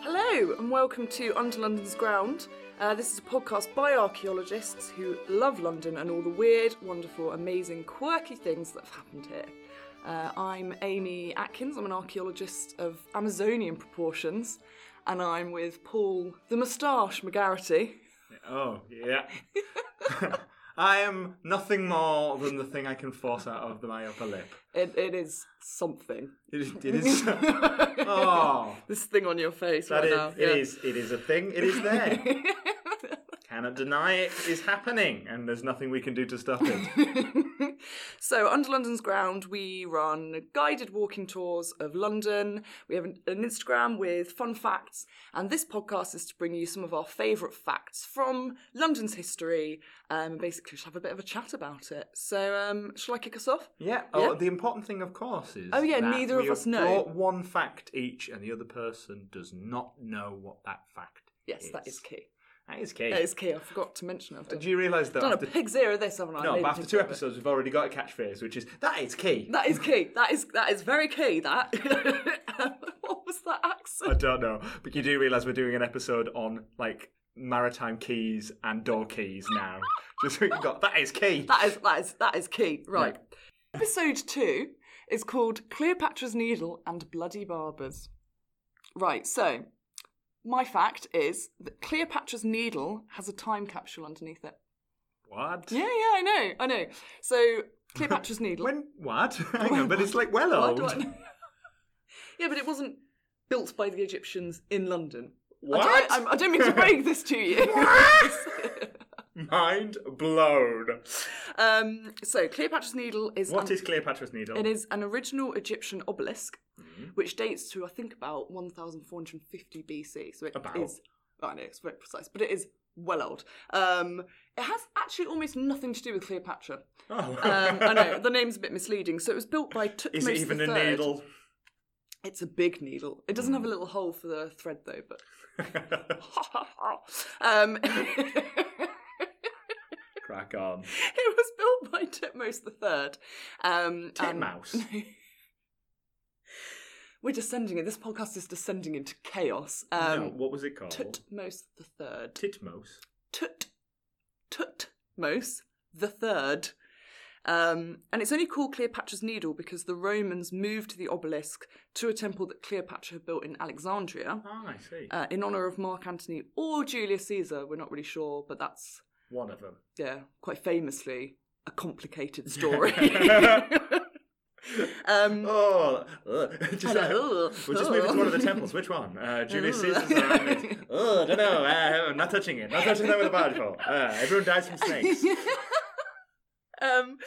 Hello, and welcome to Under London's Ground. Uh, this is a podcast by archaeologists who love London and all the weird, wonderful, amazing, quirky things that have happened here. Uh, I'm Amy Atkins, I'm an archaeologist of Amazonian proportions, and I'm with Paul the Moustache McGarity. Oh, yeah. I am nothing more than the thing I can force out of my upper lip. It, it is something. It, is- it is. oh, This thing on your face that right is. now. It is. It is a thing. It is there. Cannot deny it is happening, and there's nothing we can do to stop it. So, under London's ground, we run guided walking tours of London. We have an, an Instagram with fun facts, and this podcast is to bring you some of our favourite facts from London's history, um, and basically just have a bit of a chat about it. So, um, shall I kick us off? Yeah. Oh, Yeah. the important thing, of course, is. Oh, yeah, that neither we of us have know. brought one fact each, and the other person does not know what that fact. Yes, is. that is key. That is key. That is key. I forgot to mention. I've done, Do you realise that done after a pig's ear of this, haven't I? I no, nearly but after did two that bit. episodes, we've already got a catchphrase, which is that is key. That is key. That is that is very key. That. what was that accent? I don't know, but you do realise we're doing an episode on like maritime keys and door keys now. Just so you got that is key. That is that is that is key. Right. Episode two is called Cleopatra's Needle and Bloody Barbers. Right, so my fact is that Cleopatra's needle has a time capsule underneath it. What? Yeah, yeah, I know, I know. So Cleopatra's needle. When what? Hang on, but it's like well Why old. do I know? yeah, but it wasn't built by the Egyptians in London. I What? don't, I, I don't mean to break this to you. Mind blown. um, so Cleopatra's needle is What is Cleopatra's needle? Um, It is an original Egyptian obelisk, Mm-hmm. which dates to I think about 1450 BC. So it is About. I know it's very precise, but it is well old. Um, it has actually almost nothing to do with Cleopatra. Oh. Um, I know the name's a bit misleading. So it was built by Tutmosis is it even a III. needle? Mm. It's a big needle. It doesn't have a little hole for the thread though, but. um, Crack on. it was built by Tutmosis III. Um, and- Titmouse. We're descending. This podcast is descending into chaos. No, Um, what was it called? Tutmos the third. Titmouse. Tut Tutmos the third. Um, and it's only called Cleopatra's Needle because the Romans moved the obelisk to a temple that Cleopatra had built in Alexandria Ah, I see. uh, in honor of Mark Antony or Julius Caesar. We're not really sure, but that's One of them. yeah, quite famously a complicated story. um, Oh, ugh. just, uh, Hello. we'll just move it to one of the temples. Which one? Uh, Julius Ugh. Caesar's or Ahmed? Oh, I don't know. Uh, I'm not touching it. Not touching that with a barge pole. Uh, everyone dies from snakes. um,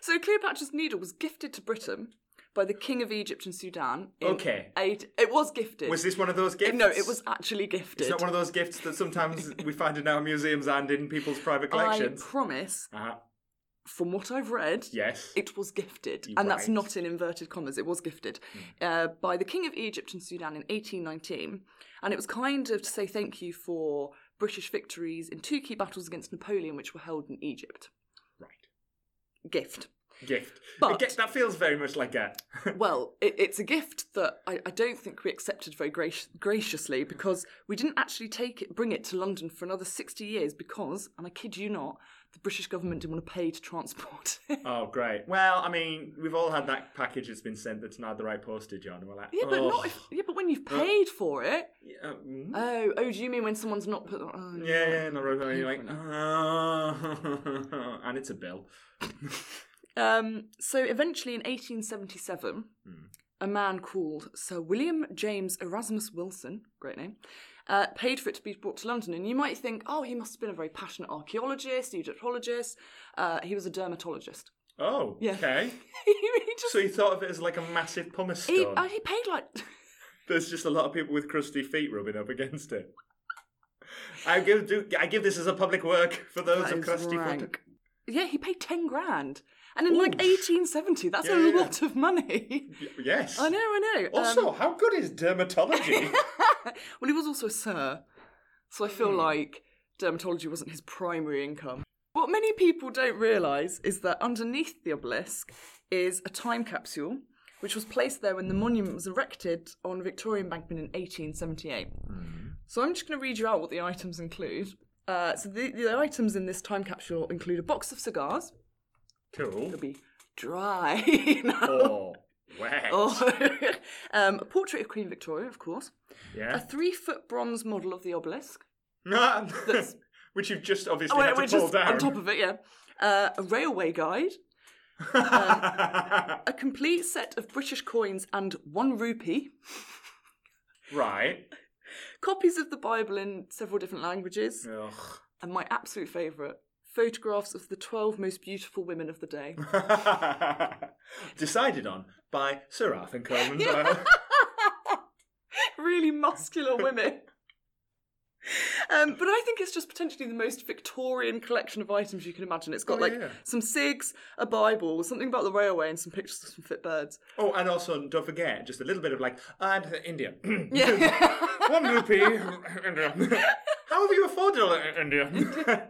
so Cleopatra's needle was gifted to Britain by the King of Egypt and Sudan. in Okay. eight- it was gifted. Was this one of those gifts? Uh, no, it was actually gifted. It's not one of those gifts that sometimes we find in our museums and in people's private I collections. promise, Uh-huh. from what I've read, Yes. it was gifted. You're And that's right. Hmm. not in inverted commas, it was gifted uh, by the King of Egypt and Sudan in 1819. And it was kind of to say thank you for British victories in two key battles against Napoleon, which were held in Egypt. Right. Gift. Gift. But- Gift- That feels very much like a. Well, it, it's a gift that I, I don't think we accepted very grac- graciously because we didn't actually take it, bring it to London for another 60 years because, and I kid you not, the British government didn't want to pay to transport it. Oh, great. Well, I mean, we've all had that package that's been sent that's not the right postage on. And we're like, yeah, but oh. not if, yeah, but when you've paid for it. Yeah, mm. Oh, oh, do you mean when someone's not put? Oh, Yeah, yeah, and I wrote down, you're like, "Oh," and it's a bill. Um, so eventually, in 1877, Hmm. a man called Sir William James Erasmus Wilson, great name, uh, paid for it to be brought to London. And you might think, oh, he must have been a very passionate archaeologist, Egyptologist. Uh, he was a dermatologist. Oh, Yeah. okay. he just So you thought of it as like a massive pumice he, stone. uh, he paid like There's just a lot of people with crusty feet rubbing up against it. I give do, I give this as a public work for those That of is crusty foot. rank. yeah, he paid ten grand, and in like Ooh. 1870, that's Yeah, a yeah, yeah. lot of money. Y- Yes. I know, I know. Um, Also, how good is dermatology? Well, he was also a sir, so I feel like dermatology wasn't his primary income. What many people don't realise is that underneath the obelisk is a time capsule, which was placed there when the monument was erected on Victorian Embankment in 1878. So I'm just going to read you out what the items include. Uh, so the, the items in this time capsule include a box of cigars. Cool. Oh, It'll be dry. now. Or wet. Oh. um, a portrait of Queen Victoria, of course. A Yeah. three foot bronze model of the obelisk. That's- Which you've just obviously Oh, had wait, to we're pull just down. on top of it, yeah. Uh, a railway guide. A complete set of British coins and one rupee. right. Copies of the Bible in several different languages. And my absolute favourite photographs of the 12 most beautiful women of the day. Ugh. Decided on by Sir Arthur Conan Doyle. really muscular women. Um, but I think it's just potentially the most Victorian collection of items you can imagine. It's got Oh, like yeah. some cigs, a Bible, something about the railway, and some pictures of some fit birds. Oh, and also don't forget just a little bit of like and uh, India. Yeah. One rupee, India. How have you afforded all that, India?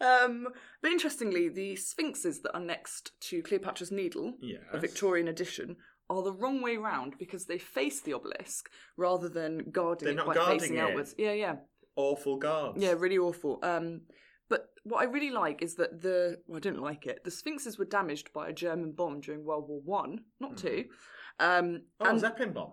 um, but interestingly, the sphinxes that are next to Cleopatra's Needle, a Yes. Victorian edition, are the wrong way round because they face the obelisk rather than guarding They're it not by guarding facing it. outwards. Yeah, yeah. Awful guards. Yeah, really awful. Um, but what I really like is that the well, I don't like it. The Sphinxes were damaged by a German bomb during World War One, Hmm. not two. Um, Oh, and Zeppelin bomb.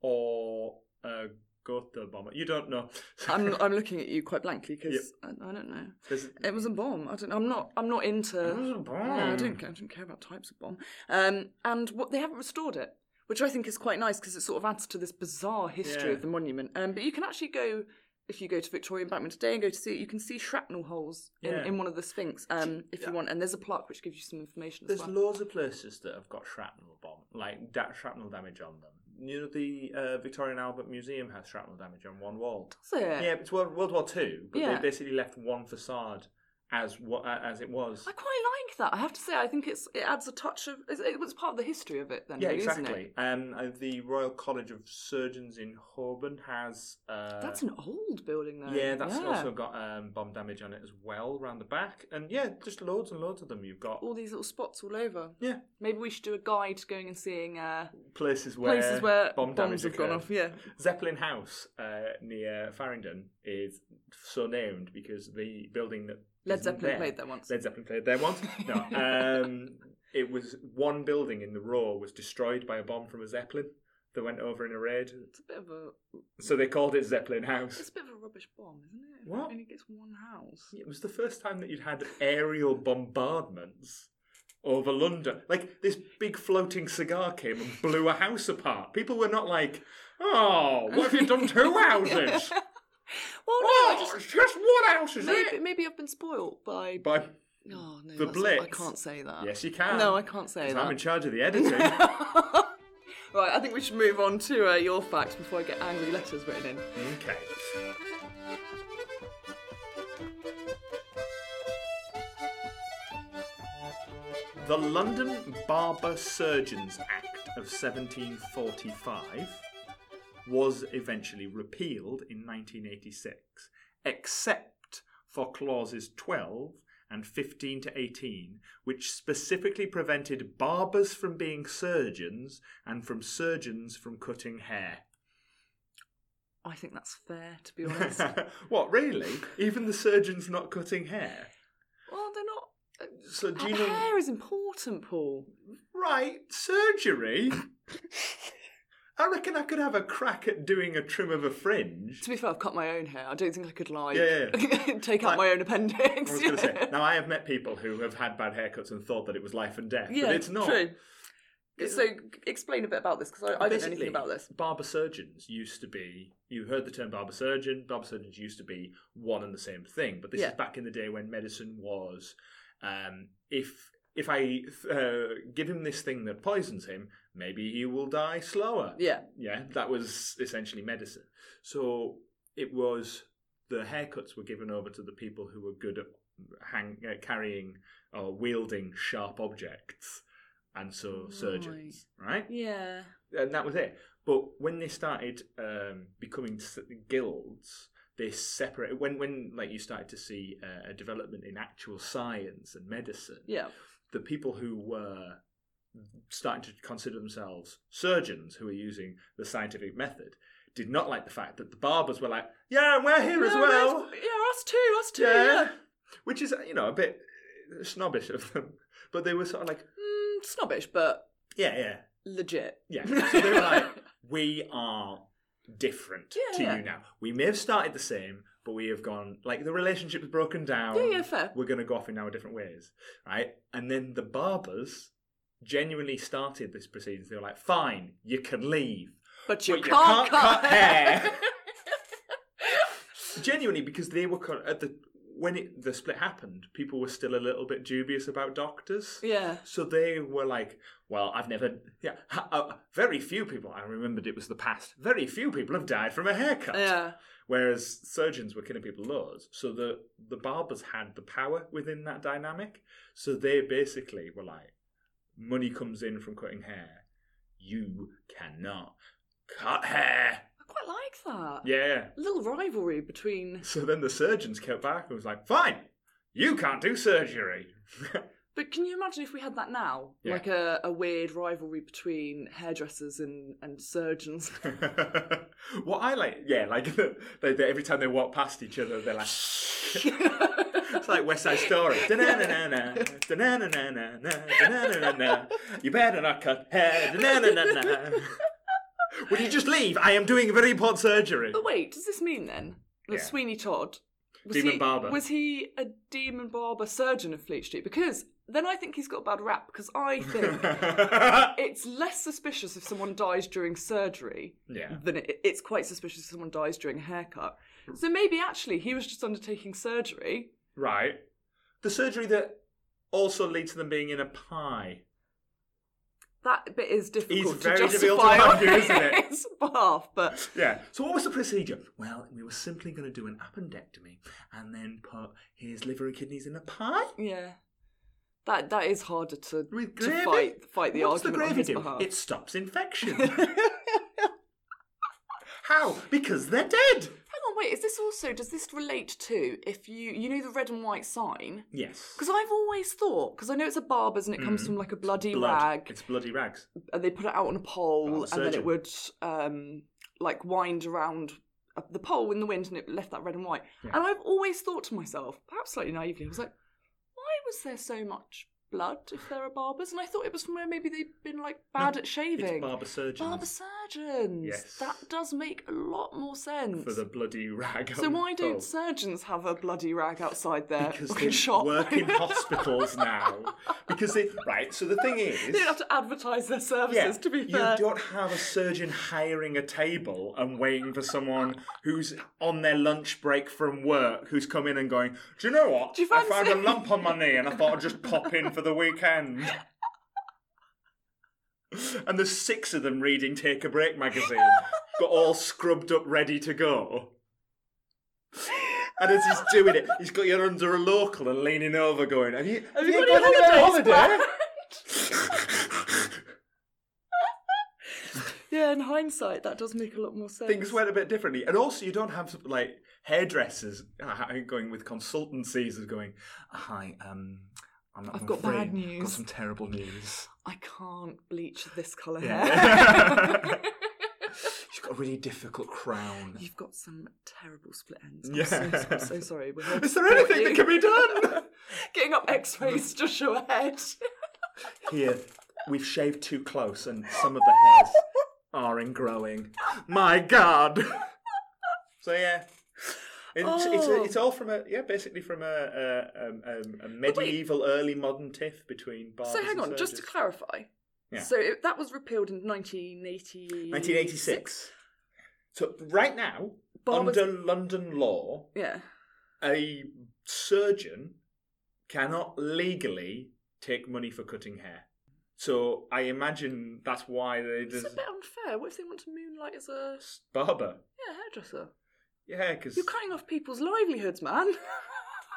Or uh, Gotha bomber. You don't know. I'm I'm looking at you quite blankly because Yep. I, I don't know. There's- It was a bomb. I don't. I'm not. I'm not into. It was a bomb. Yeah, I don't. care- I don't care about types of bomb. Um, and what they haven't restored it, which I think is quite nice because it sort of adds to this bizarre history Yeah. of the monument. Um, but you can actually go if you go to Victoria Embankment today and go to see it. You can see shrapnel holes in, Yeah. in one of the Sphinx um, if you want, and there's a plaque which gives you some information as There's well. loads of places that have got shrapnel bomb, like da- shrapnel damage on them. You know, the uh, Victorian Albert Museum has shrapnel damage on one wall. Does it? Yeah, it's World, World War Two, but Yeah. they basically left one facade as what uh, as it was. I quite like that. I have to say, I think it's it adds a touch of it's- it was part of the history of it then, yeah, really, isn't it? exactly. Um, uh, the Royal College of Surgeons in Holborn has. Uh, That's an old building though. yeah, that's also got um, bomb damage on it as well, round the back, and yeah, just loads and loads of them. You've got all these little spots all over. yeah Maybe we should do a guide going and seeing uh, places where places where bomb damage bombs have gone occurred. off. Yeah. Zeppelin House uh, near Farringdon is so named because the building that Led isn't Zeppelin there- played there once. Led Zeppelin played there once. No, um, it was one building in the row was destroyed by a bomb from a zeppelin that went over in a raid. It's a bit of a So they called it Zeppelin it's House. a bit of a rubbish bomb, isn't it? It What? only gets one house. It was the first time that you'd had aerial bombardments over London. Like this big floating cigar came and blew a house apart. People were not like, "Oh, what have you done to houses?" Well, no, I Oh, just it's just one house, is maybe, it? maybe I've been spoilt by. By Oh no, The that's not- I Blitz. can't say that. yes, you can. No, I can't say 'Cause that. I'm in charge of the editing. right, I think we should move on to uh, your facts before I get angry letters written in. okay. The London Barber Surgeons Act of 1745 was eventually repealed in 1986, except for clauses 12 and 15 to 18, which specifically prevented barbers from being surgeons and from surgeons from cutting hair. I think that's fair, to be honest. well, what, really? Even the surgeons not cutting hair? they're not. So do Hair you know. is important, Paul. Right, surgery? I reckon I could have a crack at doing a trim of a fringe. To be fair, I've cut my own hair. I don't think I could like Yeah, take out Like- my own appendix. I was going to say. Now, I have met people who have had bad haircuts and thought that it was life and death, yeah, but it's not. true. So explain a bit about this because I, I don't know anything Basically, about this. Barber surgeons used to be. You heard the term barber surgeon. Barber surgeons used to be one and the same thing, but this Yeah. is back in the day when medicine was. Um, if if I uh, give him this thing that poisons him, maybe he will die slower. Yeah, Yeah, that was essentially medicine. So it was the haircuts were given over to the people who were good at hang, uh, carrying or wielding sharp objects, and so Oh, surgeons, right? yeah. and that was it. But when they started um, becoming s- guilds, they separated. When when like you started to see uh, a development in actual science and medicine, Yeah. the people who were starting to consider themselves surgeons who were using the scientific method did not like the fact that the barbers were like, yeah, we're here as Yeah, well. we're- Yeah, us too, us too. Yeah. Yeah. Which is, you know, a bit snobbish of them. But they were sort of like, Mm, snobbish, but yeah, yeah, legit. yeah. So they were like, we are different to Yeah. you now. We may have started the same, but we have gone, like, the relationship's broken down. yeah, yeah, fair. We're going to go off in our different ways, right? And then the barbers genuinely started this proceedings. They were like, fine, you can leave. But you, But you can't, can't cut, cut hair. hair. genuinely because they were kind of- at the when it, the split happened people were still a little bit dubious about doctors yeah. so they were like well i've never yeah ha- uh, very few people i remembered it was the past very few people have died from a haircut Yeah. whereas surgeons were killing people loads so the the barbers had the power within that dynamic so they basically were like money comes in from cutting hair you cannot cut hair I quite like that. yeah A little rivalry between. so then the surgeons kept back and was like, fine, you can't do surgery. But can you imagine if we had that now? Yeah. Like a, a weird rivalry between hairdressers and, and surgeons. what I like, yeah, like they, they, every time they walk past each other, they're like, it's like West Side Story. Da-na-na-na-na, da-na-na-na-na, da-na-na-na-na. You better not cut hair. da-na-na-na-na. Will you just leave? I am doing very important surgery. But wait, does this mean then that Yeah. Sweeney Todd was Demon he, barber. Was he a demon barber surgeon of Fleet Street? Because then I think he's got a bad rap. Because I think it's less suspicious if someone dies during surgery yeah. than it, it's quite suspicious if someone dies during a haircut. So maybe actually he was just undertaking surgery. Right. The surgery that also leads to them being in a pie. That bit is difficult very to difficult justify to on argue, isn't it? his behalf, but Yeah. So what was the procedure? Well, we were simply going to do an appendectomy and then put his liver and kidneys in a pie yeah, that that is harder to, with to gravy. fight fight the What's argument on the gravy his do? behalf. It stops infection. How? Because they're dead. Hang on, wait. Is this also? Does this relate to if you you know the red and white sign? Yes. Because I've always thought, because I know it's a barber's and it comes from like a bloody Mm. Blood. rag, It's bloody rags. and they put it out on a Oh, pole, the and then surgeon. it would um like wind around uh, the pole in the wind, and it left that red and white. Yeah. And I've always thought to myself, perhaps slightly naively, I was like, why was there so much blood if there are barbers? And I thought it was from where maybe they'd been like bad at It's shaving. barber surgeons Barber surgeons. Yes. That does make a lot more sense. for the bloody rag. So on why don't both. surgeons have a bloody rag outside their because fucking they shop? work in hospitals now. Because they right. So the thing is, they don't have to advertise their services. to be fair, You don't have a surgeon hiring a table and waiting for someone who's on their lunch break from work who's come in and going, Do you know what? Do you I found a fancy-" lump on my knee and I thought I'd just pop in for the weekend. And there's six of them reading Take a Break magazine, got all scrubbed up, ready to go. And as he's doing it, he's got you under a local and leaning over, going, "Have you? Have, got got any anywhere holidays holiday?" yeah. In hindsight, that does make a lot more sense. things went a bit differently. And also, you don't have like hairdressers uh, going with consultancies and going, "Hi, um, I'm not I've I'm got afraid bad I've news." Got some terrible news. I can't bleach this colour hair. Yeah. She's got a really difficult crown. You've got some terrible split ends. I'm Yeah. so, I'm so sorry. We're here to Is there support anything that you. can be done? Getting up X-rays to show a head. Here, we've shaved too close, and some of the hairs are ingrowing. My God. so yeah. It's, it's, Oh. it's all from a yeah, basically from a, a, um, um, a medieval, early modern tiff between barbers. So hang and on, just to surgeons. clarify. Yeah. So it, that was repealed in 1980. 1986. So right now, Barbers- under London law, Yeah. a surgeon cannot legally take money for cutting hair. So I imagine that's why they It's a just bit unfair. What if they want to moonlight as a barber. yeah, hairdresser? Yeah, because You're cutting off people's livelihoods, man.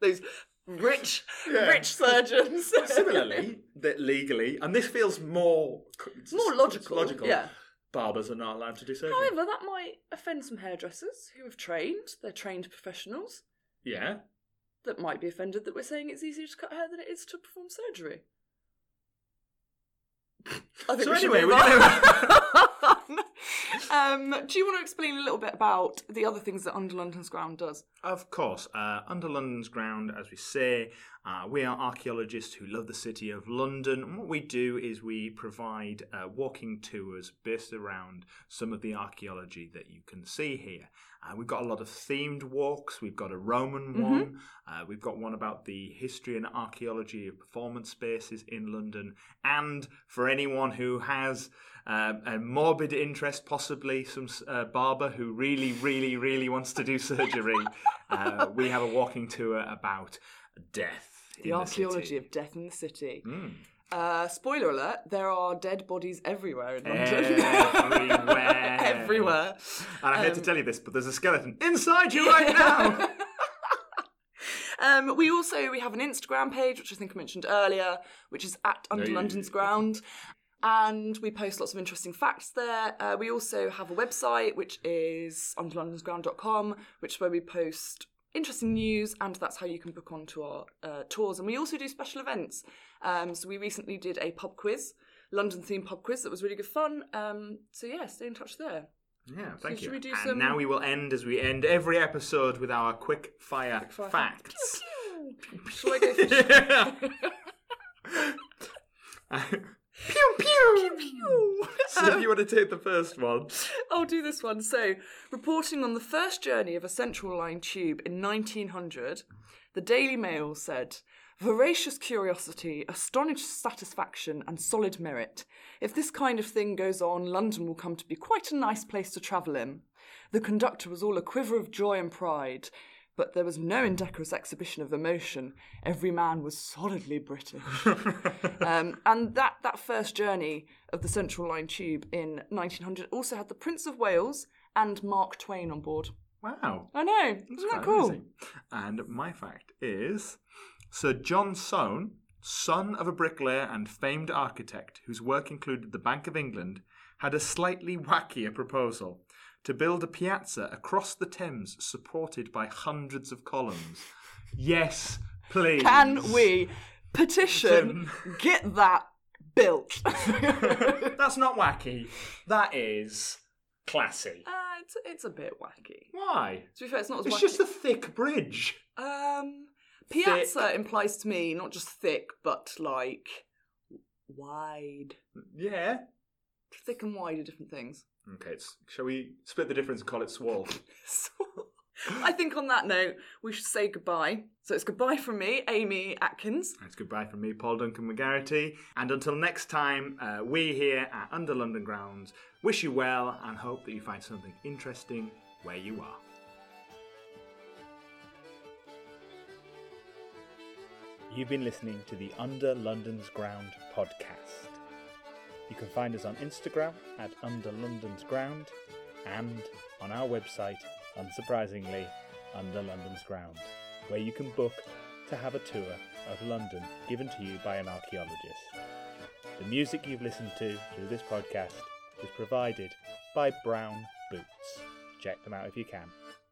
Those rich, Yeah. rich surgeons. similarly, that legally, and this feels more It's more logical. Logical. Yeah. Barbers are not allowed to do surgery. However, that might offend some hairdressers who have trained. They're trained professionals yeah. that might be offended that we're saying it's easier to cut hair than it is to perform surgery. I think So we should anyway, move we- on. um, do you want to explain a little bit about the other things that Under London's Ground does? Of course, uh, under London's ground, as we say, uh, we are archaeologists who love the city of London. And what we do is we provide uh, walking tours based around some of the archaeology that you can see here. Uh, we've got a lot of themed walks. We've got a Roman Mm-hmm. one. Uh, we've got one about the history and archaeology of performance spaces in London. And for anyone who has uh, a morbid interest, possibly some uh, barber who really, really, really wants to do surgery, uh, we have a walking tour about death. in The archaeology city. Mm. of death in the city. Uh, spoiler alert: there are dead bodies everywhere in London. Eh. Everywhere. everywhere. And I hate to tell you this, but there's a skeleton inside you right now. Um, we also we have an Instagram page, which I think I mentioned earlier, which is at Under Hey. London's Ground, and we post lots of interesting facts there. Uh, we also have a website, which is underlondonsground.com, which is where we post interesting news, and that's how you can book onto our uh, tours. And we also do special events. Um, so we recently did a pub quiz. London themed pub quiz that was really good fun. Um, so yeah, stay in touch there. Yeah, thank should you. we do and some- now we will end as we end every episode with our quick fire, fire facts. Shall I go for Yeah. pew, pew. So if you want to take the first one, I'll do this one. So, reporting on the first journey of a central line tube in 1900, the Daily Mail said, Voracious curiosity, astonished satisfaction, and solid merit. If this kind of thing goes on, London will come to be quite a nice place to travel in. The conductor was all a quiver of joy and pride, but there was no indecorous exhibition of emotion. Every man was solidly British. Um, and that, that first journey of the Central Line Tube in 1900 also had the Prince of Wales and Mark Twain on board. wow, I know, isn't that quite cool? amazing. And my fact is Sir John Soane, son of a bricklayer and famed architect whose work included the Bank of England, had a slightly wackier proposal to build a piazza across the Thames supported by hundreds of columns. Yes, please. Can we petition get that built? uh, That's not wacky. That is classy. it's, it's a bit wacky. Why? To be fair, it's not as It's wacky. just a thick bridge. um, piazza implies to me not just thick, but like wide. Yeah. Thick and wide are different things. Okay, it's, shall we split the difference and call it swole? So, I think on that note, we should say goodbye. So it's goodbye from me, Amy Atkins. It's goodbye from me, Paul Duncan McGarity. And until next time, uh, we here at Under London Grounds wish you well and hope that you find something interesting where you are. You've been listening to the Under London's Ground podcast. You can find us on Instagram at Under London's Ground and on our website, unsurprisingly, Under London's Ground, where you can book to have a tour of London given to you by an archaeologist. The music you've listened to through this podcast is provided by Brown Boots. Check them out if you can.